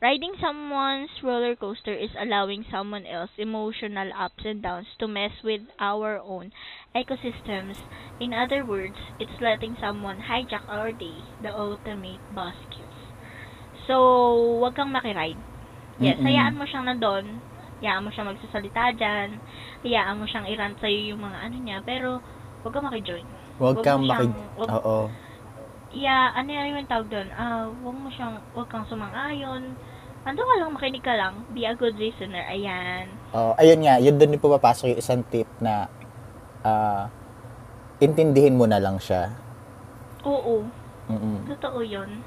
Riding someone's roller coaster is allowing someone else emotional ups and downs to mess with our own ecosystems. In other words, it's letting someone hijack our day, the ultimate boss kiss. So, wag kang makiride. Yes,
Mm-mm.
hayaan mo siyang na doon. Hayaan mo siyang magsasalita dyan. Hayaan mo siyang i-rant sa'yo yung mga ano niya. Pero, wag kang makijoin.
Huwag
Huwag
kang
mo
makig...
siyang- huwag-
Oo.
Yeah, ano yung tawag doon? Ah, huwag mo siyang, huwag kang sumang-ayon. Ando ka lang, makinig ka lang. Be a good listener. Ayan.
Oo. Oh, ayun nga, yun doon din pumapasok yung isang tip na ah, intindihin mo na lang siya.
Oo,
Mm-mm.
totoo yun.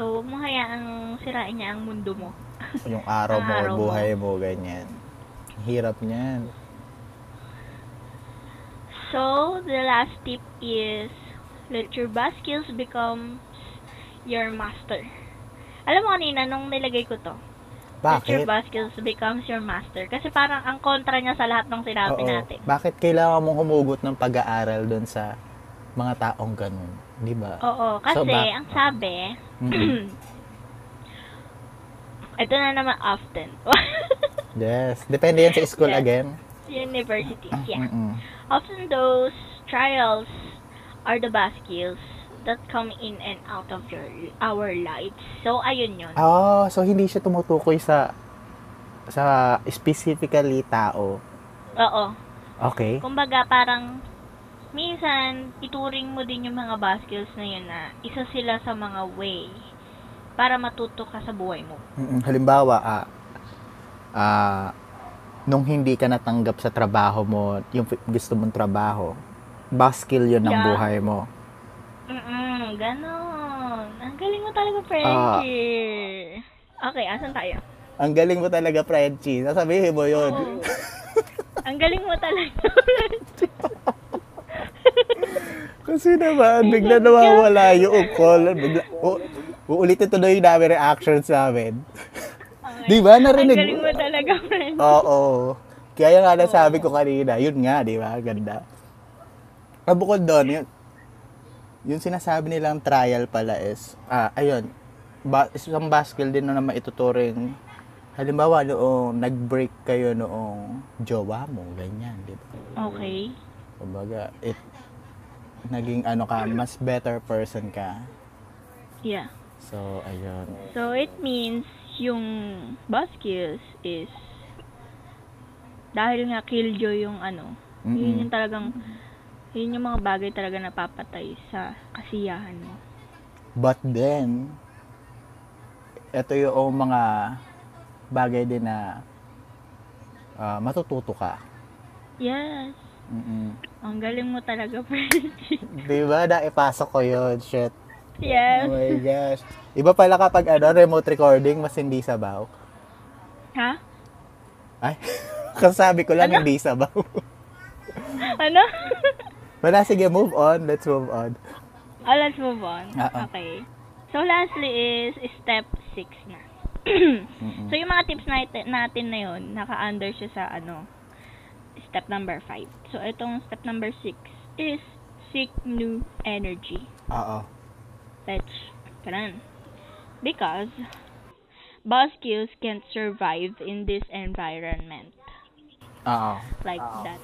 So, huwag mo hayaang sirain niya ang mundo mo.
Yung araw
Ang
mo,
araw mo.
buhay mo, ganyan. Hirap niyan.
So, the last tip is, let your bus skills become your master. Alam mo kanina, nung nilagay ko to, let your
Bakit?
bus skills becomes your master. Kasi parang ang kontra niya sa lahat ng sinabi
Oo.
natin.
Bakit kailangan mong humugot ng pag-aaral doon sa mga taong ganun? Di ba?
Oo, kasi
So, bak-
ang sabi,
Mm-mm.
ito na naman often.
Yes. Depende yan sa school
Yes.
again. Ah,
Universities, yeah.
Mm-mm.
Often those trials are the baskills that come in and out of your our lives. So, ayun yun.
Oh, so hindi siya tumutukoy sa sa specifically tao.
Oo.
Okay.
Kumbaga, parang minsan, ituring mo din yung mga baskills na yun na isa sila sa mga way para matuto ka sa buhay mo.
Mm-mm. Halimbawa, ah, ah, nung hindi ka natanggap sa trabaho mo, yung fi- gusto mong trabaho, baskil yun ng
Yeah.
buhay mo.
Mm-mm, ganon. Ang galing mo talaga, Frenchie. okay, asan tayo?
Ang galing mo talaga, Frenchie. Nasabihin mo yun.
Oo. Ang galing mo talaga.
Kasi naman, bigla nawawala yung call. Bigla, u- uulitin tuloy namin reactions namin.
Okay.
Di ba? Narinig
Ang galing mo talaga, Frenchie.
Oo. Kaya nga nasabi ko kanina, yun nga, di ba? Ganda. Ah, bukod doon, yun, yung sinasabi nilang trial pala is, ah, ayun, ba, isang basket din na naman ituturing. Halimbawa, noong nag-break kayo noong jowa mo, ganyan, di ba?
Okay.
Kumbaga, it, naging ano ka, mas better person ka.
Yeah.
So, ayun.
So, it means yung buskills is dahil nga killjoy yung ano, yun
Mm-mm.
yung talagang yun yung mga bagay talaga napapatay sa kasiyahan mo.
But then, ito yung mga bagay din na ah, matututo ka.
Yes.
Mm-mm.
Ang galing mo talaga, Frenchie.
Di ba? Naipasok ko yun. Shit.
Yes.
Oh my gosh. Iba pala kapag ano, remote recording, mas hindi sabaw.
Ha?
Ay. Kasabi ko lang, hindi sabaw.
Ano?
Wala, sige, move on. Let's move on.
oh, let's move on.
Oo.
Okay. So, lastly is step 6 na. so, yung mga tips natin, natin na yun, naka-under siya sa ano, step number 5. So, itong step number 6 is seek new energy.
Oo.
Fetch. Ganun. Because, bus skills can't survive in this environment.
Oo.
Like that.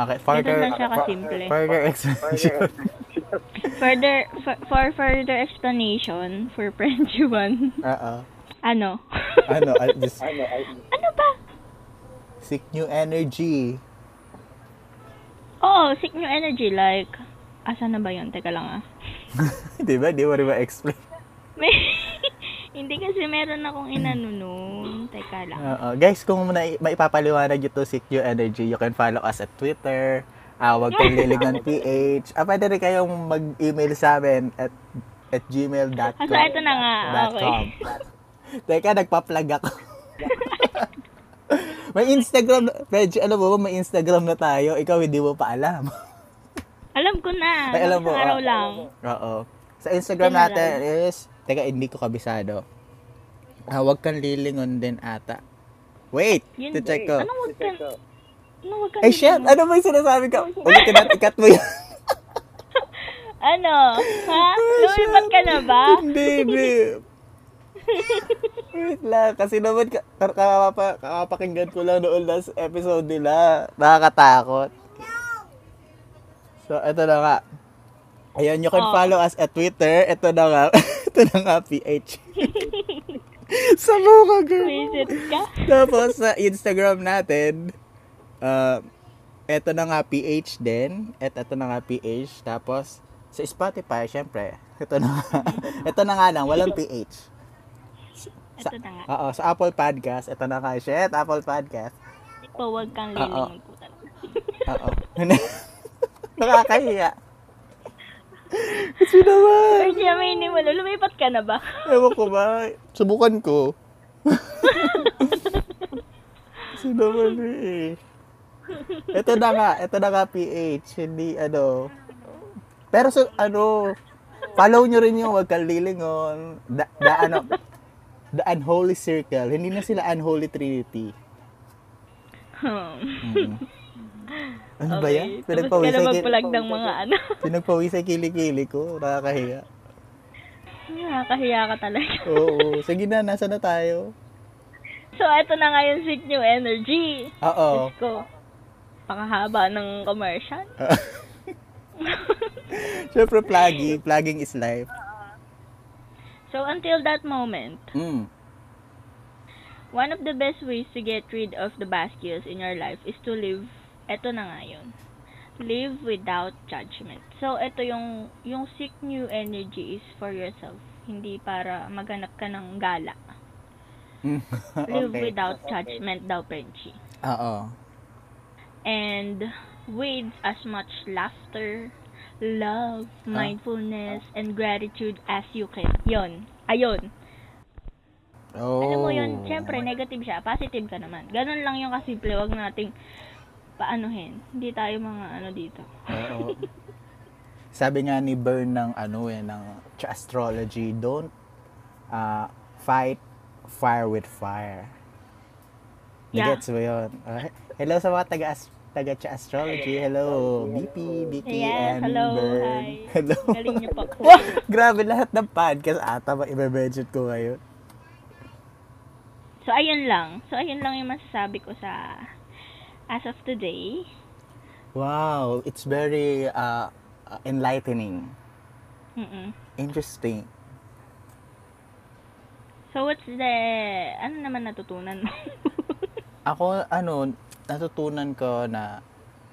Okay,
Further,
further,
lang siya kasimple.
further explanation.
Further, for, for further explanation for French 1,
Oo.
ano?
Ano, I just
ano ba?
seek new energy.
Oo, Oh, seek new energy. Like, asa na ba yun? Teka lang ah.
di ba? Di mo rin ma-explain.
May, hindi kasi meron akong inanunon. Teka lang.
Oo. Guys, kung na, maipapaliwanag ito, seek new energy, you can follow us at Twitter. Ah, huwag kang liligan PH. Ah, pwede rin kayong mag-email sa amin at at gmail.com.
Ah, so ito na nga.
dot
Okay.
com. Teka, nagpa-plug ako. may Instagram, na- Reg, alam mo ba, may Instagram na tayo. Ikaw hindi mo pa alam.
Alam ko na.
Ay, alam mo,
Isang araw
ah.
lang.
Oo. Sa Instagram
Yun na
natin is, teka, hindi ko kabisado. Ah, huwag kang lilingon din ata. Wait,
Yun
to
ba
check
eh?
ko.
Ano huwag ka? Ano huwag ka?
Ay, shit! Ano ba yung sinasabi ka? Ulit ka na, ikat mo yan.
Ano? Ha? Lumipat ka na ba?
Hindi, babe. Wait lang, kasi naman ka- kar- kakapa- kakapakinggan ko lang noon last episode nila. Nakakatakot. So, eto na nga. Ayan, you can
Oh.
follow us at Twitter. Eto na nga. eto na nga, PH. Sabaw ka, girl.
Visit ka?
Tapos, sa Instagram natin, uh, eto na nga, PH din. At eto na nga, PH. Tapos, sa Spotify, syempre, eto na nga. eto na nga lang, walang PH.
Ito na nga.
Oo, sa Apple Podcast, eto na nga, shit, Apple Podcast.
Ikaw huwag kang
Ah, ah.
lilingon ko talaga.
Oo. Nakakahiya. Kasi naman.
Pero siya may inimalo. Lumipat ka na ba?
Ewan ko ba? Subukan ko. Kasi naman eh. Ito na nga, ito na nga PH, hindi ano. Pero sa ano, follow nyo rin yung wag kang lilingon. The, the, ano, the unholy circle. Hindi na sila unholy trinity.
Hmm.
Ano ba yan?
okay. Tapos ka na magpulag ng mga ano.
Pinagpawisay kilikili ko. Nakakahiya.
Nakakahiya ka talaga.
Oo. Sige na, nasa na tayo?
So, ito na nga yung Seek New Energy.
Oo.
Diyos ko. Pakahaba ng commercial.
Siyempre, plugging. Plugging is life.
So, until that moment,
Mm.
one of the best ways to get rid of the bascules in your life is to live, eto na nga yun, live without judgment. So, eto yung, yung seek new energy is for yourself, hindi para maghanap ka ng gala.
Mm.
Live
okay.
without judgment daw, Frenchie.
Oo.
And with as much laughter, love, mindfulness, and gratitude as you can. Yon. Ayun.
Oh.
Alam mo yun, syempre, negative siya. Positive ka naman. Ganun lang yung kasimple. Huwag nating paanohin. Hindi tayo mga ano dito.
Oo. Sabi nga ni Bern ng ano eh, ng astrology, don't uh, fight fire with fire.
Yeah.
Gets mo yun? Ah, hello sa mga taga taga astrology. Hello, BP, Vicky, and
Yes, hello,
Bern.
hi.
Hello.
Galing niyo po.
Wah! Grabe lahat ng podcast ata ba i-mention ko ngayon.
So, ayun lang. So, ayun lang yung masasabi ko sa as of today.
Wow, it's very uh, enlightening.
Mm-mm.
Interesting.
So, what's the... Ano naman natutunan mo?
Ako, ano, natutunan ko na,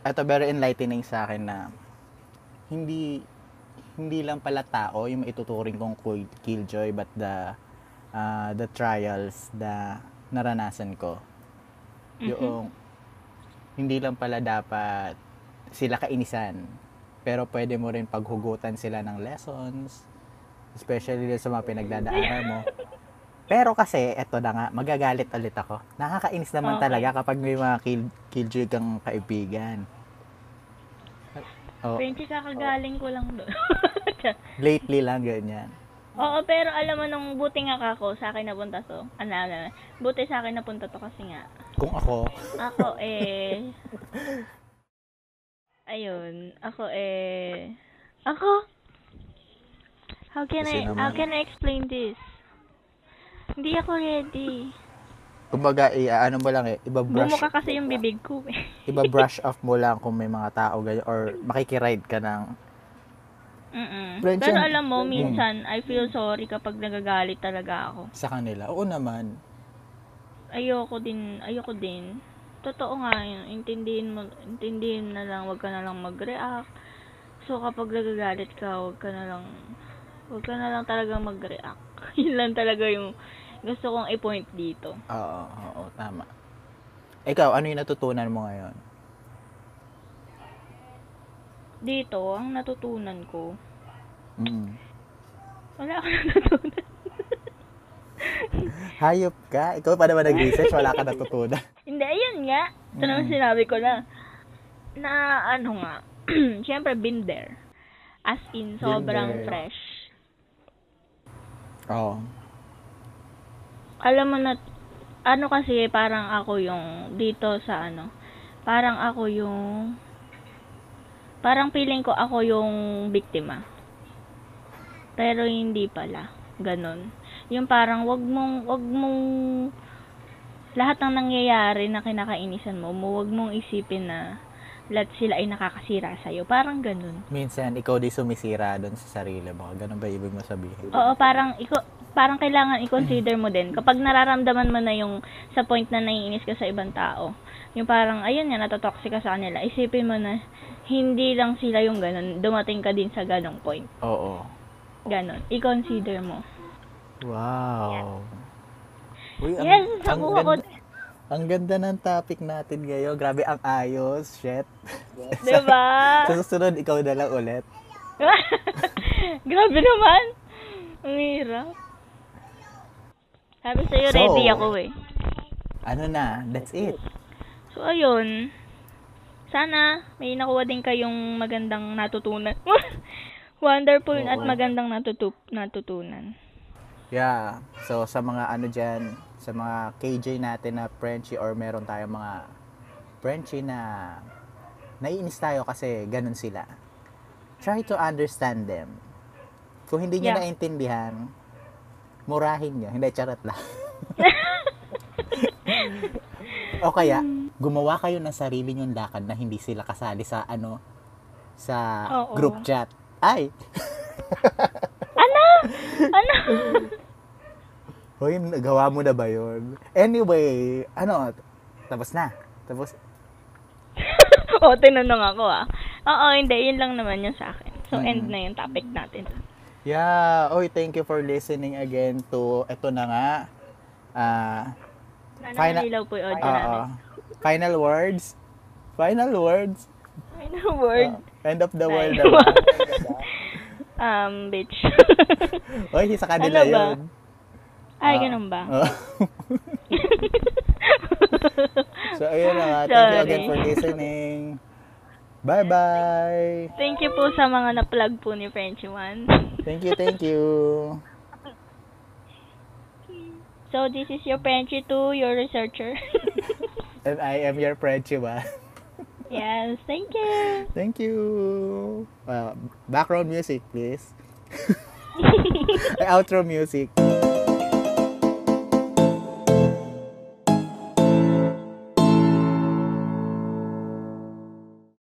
ito very enlightening sa akin na, hindi, hindi lang pala tao yung maituturing kong kill- killjoy, but the, uh, the trials na naranasan ko. Yung, hindi lang pala dapat sila kainisan, pero pwede mo rin paghugutan sila ng lessons, especially sa mga pinagdadaanan mo. Pero kasi, eto na nga, magagalit ulit ako. Nakakainis naman
Okay.
talaga kapag may mga kill, killjoy kang kaibigan. Oh,
Frenchie, kakagaling ko lang doon.
lately lang ganyan.
Oo, pero alam mo nung buti nga kako, sa akin napunta to. Ano, ano, buti sa akin napunta to kasi nga.
Kung ako,
Ako eh... Ayun, ako eh... Ako? How can
Kasi
I,
naman-
how can I explain this? Hindi ako ready.
kumbaga, i- ano mo lang eh, iba-brush,
Bumuka kasi yung bibig ko eh.
iba-brush off mo lang kung may mga tao ganyan or makikiride ka ng
Mm-mm.
Frenchie,
Pero
ang-
alam mo, minsan, I feel sorry kapag nagagalit talaga ako.
sa kanila. Oo naman.
Ayoko din, ayoko din. Totoo nga yun, intindihin mo, intindihin na lang, wag ka na lang mag-react. So, kapag nagagalit ka, wag ka na lang, wag ka na lang talaga mag-react. yun lang talaga yung gusto kong i-point dito.
Oo, oo, oo, tama. Ikaw, ano yung natutunan mo ngayon?
Dito, ang natutunan ko,
Mm.
wala akong natutunan.
Hayop ka? Ikaw pa naman nag-research, wala ka natutunan.
Hindi, ayun nga. Ito naman
Mm.
sinabi ko na. Na ano nga. Siyempre, been there. As in,
there.
sobrang fresh.
Oo.
Alam mo na, ano kasi, parang ako yung, dito sa ano, parang ako yung, parang feeling ko ako yung biktima. Pero hindi pala. Ganon. Yung parang, wag mong, wag mong, lahat ng nangyayari na kinakainisan mo, mo wag mong isipin na lahat sila ay nakakasira sa'yo. Parang ganun.
Minsan, ikaw di sumisira doon sa sarili mo. Ganun ba ibig mo sabihin?
Oo, parang iko parang kailangan i-consider mo din kapag nararamdaman mo na yung sa point na naiinis ka sa ibang tao. Yung parang ayun nga natotoxic ka sa kanila. Isipin mo na hindi lang sila yung ganun, dumating ka din sa ganong point.
Oo.
Ganon. I-consider mo.
Wow. Uy,
Yes, nakuha ko.
ganda, ang ganda ng topic natin ngayon. Grabe, ang ayos. Shit.
'Di ba?
sa susunod, ikaw na lang ulit.
Grabe naman. Ang hirap. Sabi sa'yo,
So-
ready ako eh.
Ano na, that's it.
So, ayun. Sana may nakuha din kayong magandang natutunan. Wonderful at
Oo.
magandang natutup natutunan.
Yeah. So, sa mga ano dyan, sa mga KJ natin na Frenchie or meron tayong mga Frenchie na naiinis tayo kasi ganun sila. Try to understand them. Kung hindi nyo
Yeah.
naintindihan, murahin nyo. Hindi, charot lang. o kaya,
Hmm.
gumawa kayo ng sarili nyong lakad na hindi sila kasali sa ano, sa
Oo.
group chat. Ay,
Ano?
Hoy, nagawa mo na ba yun? Anyway, ano, tapos na. Tapos,
o, tinanong ako ah. Oo, hindi. Yun lang naman yun sa akin. So, end
Mhm.
na yung topic natin.
yeah, oy, thank you for listening again to, eto na nga, ah,
Sana
Final- Ah,
nalilaw po yung audio
oo,
namin.
ah, final words, final words,
Final word.
Ah, end of the world diba? na
Ay.
ba?
um, bitch.
Oy, sa kanila
Ano ba?
yun.
Ay,
Ah,
ganun ba?
oo. so, ayun na nga, thank you again
Sorry.
for listening. Bye-bye.
Thank you po sa mga na-plug po ni Frenchie One.
Thank you, thank you.
So, this is your Frenchie 2, your researcher.
And I am your Frenchie ba?
yes, thank you.
Thank you. Uh, background music, please. Ay, outro music.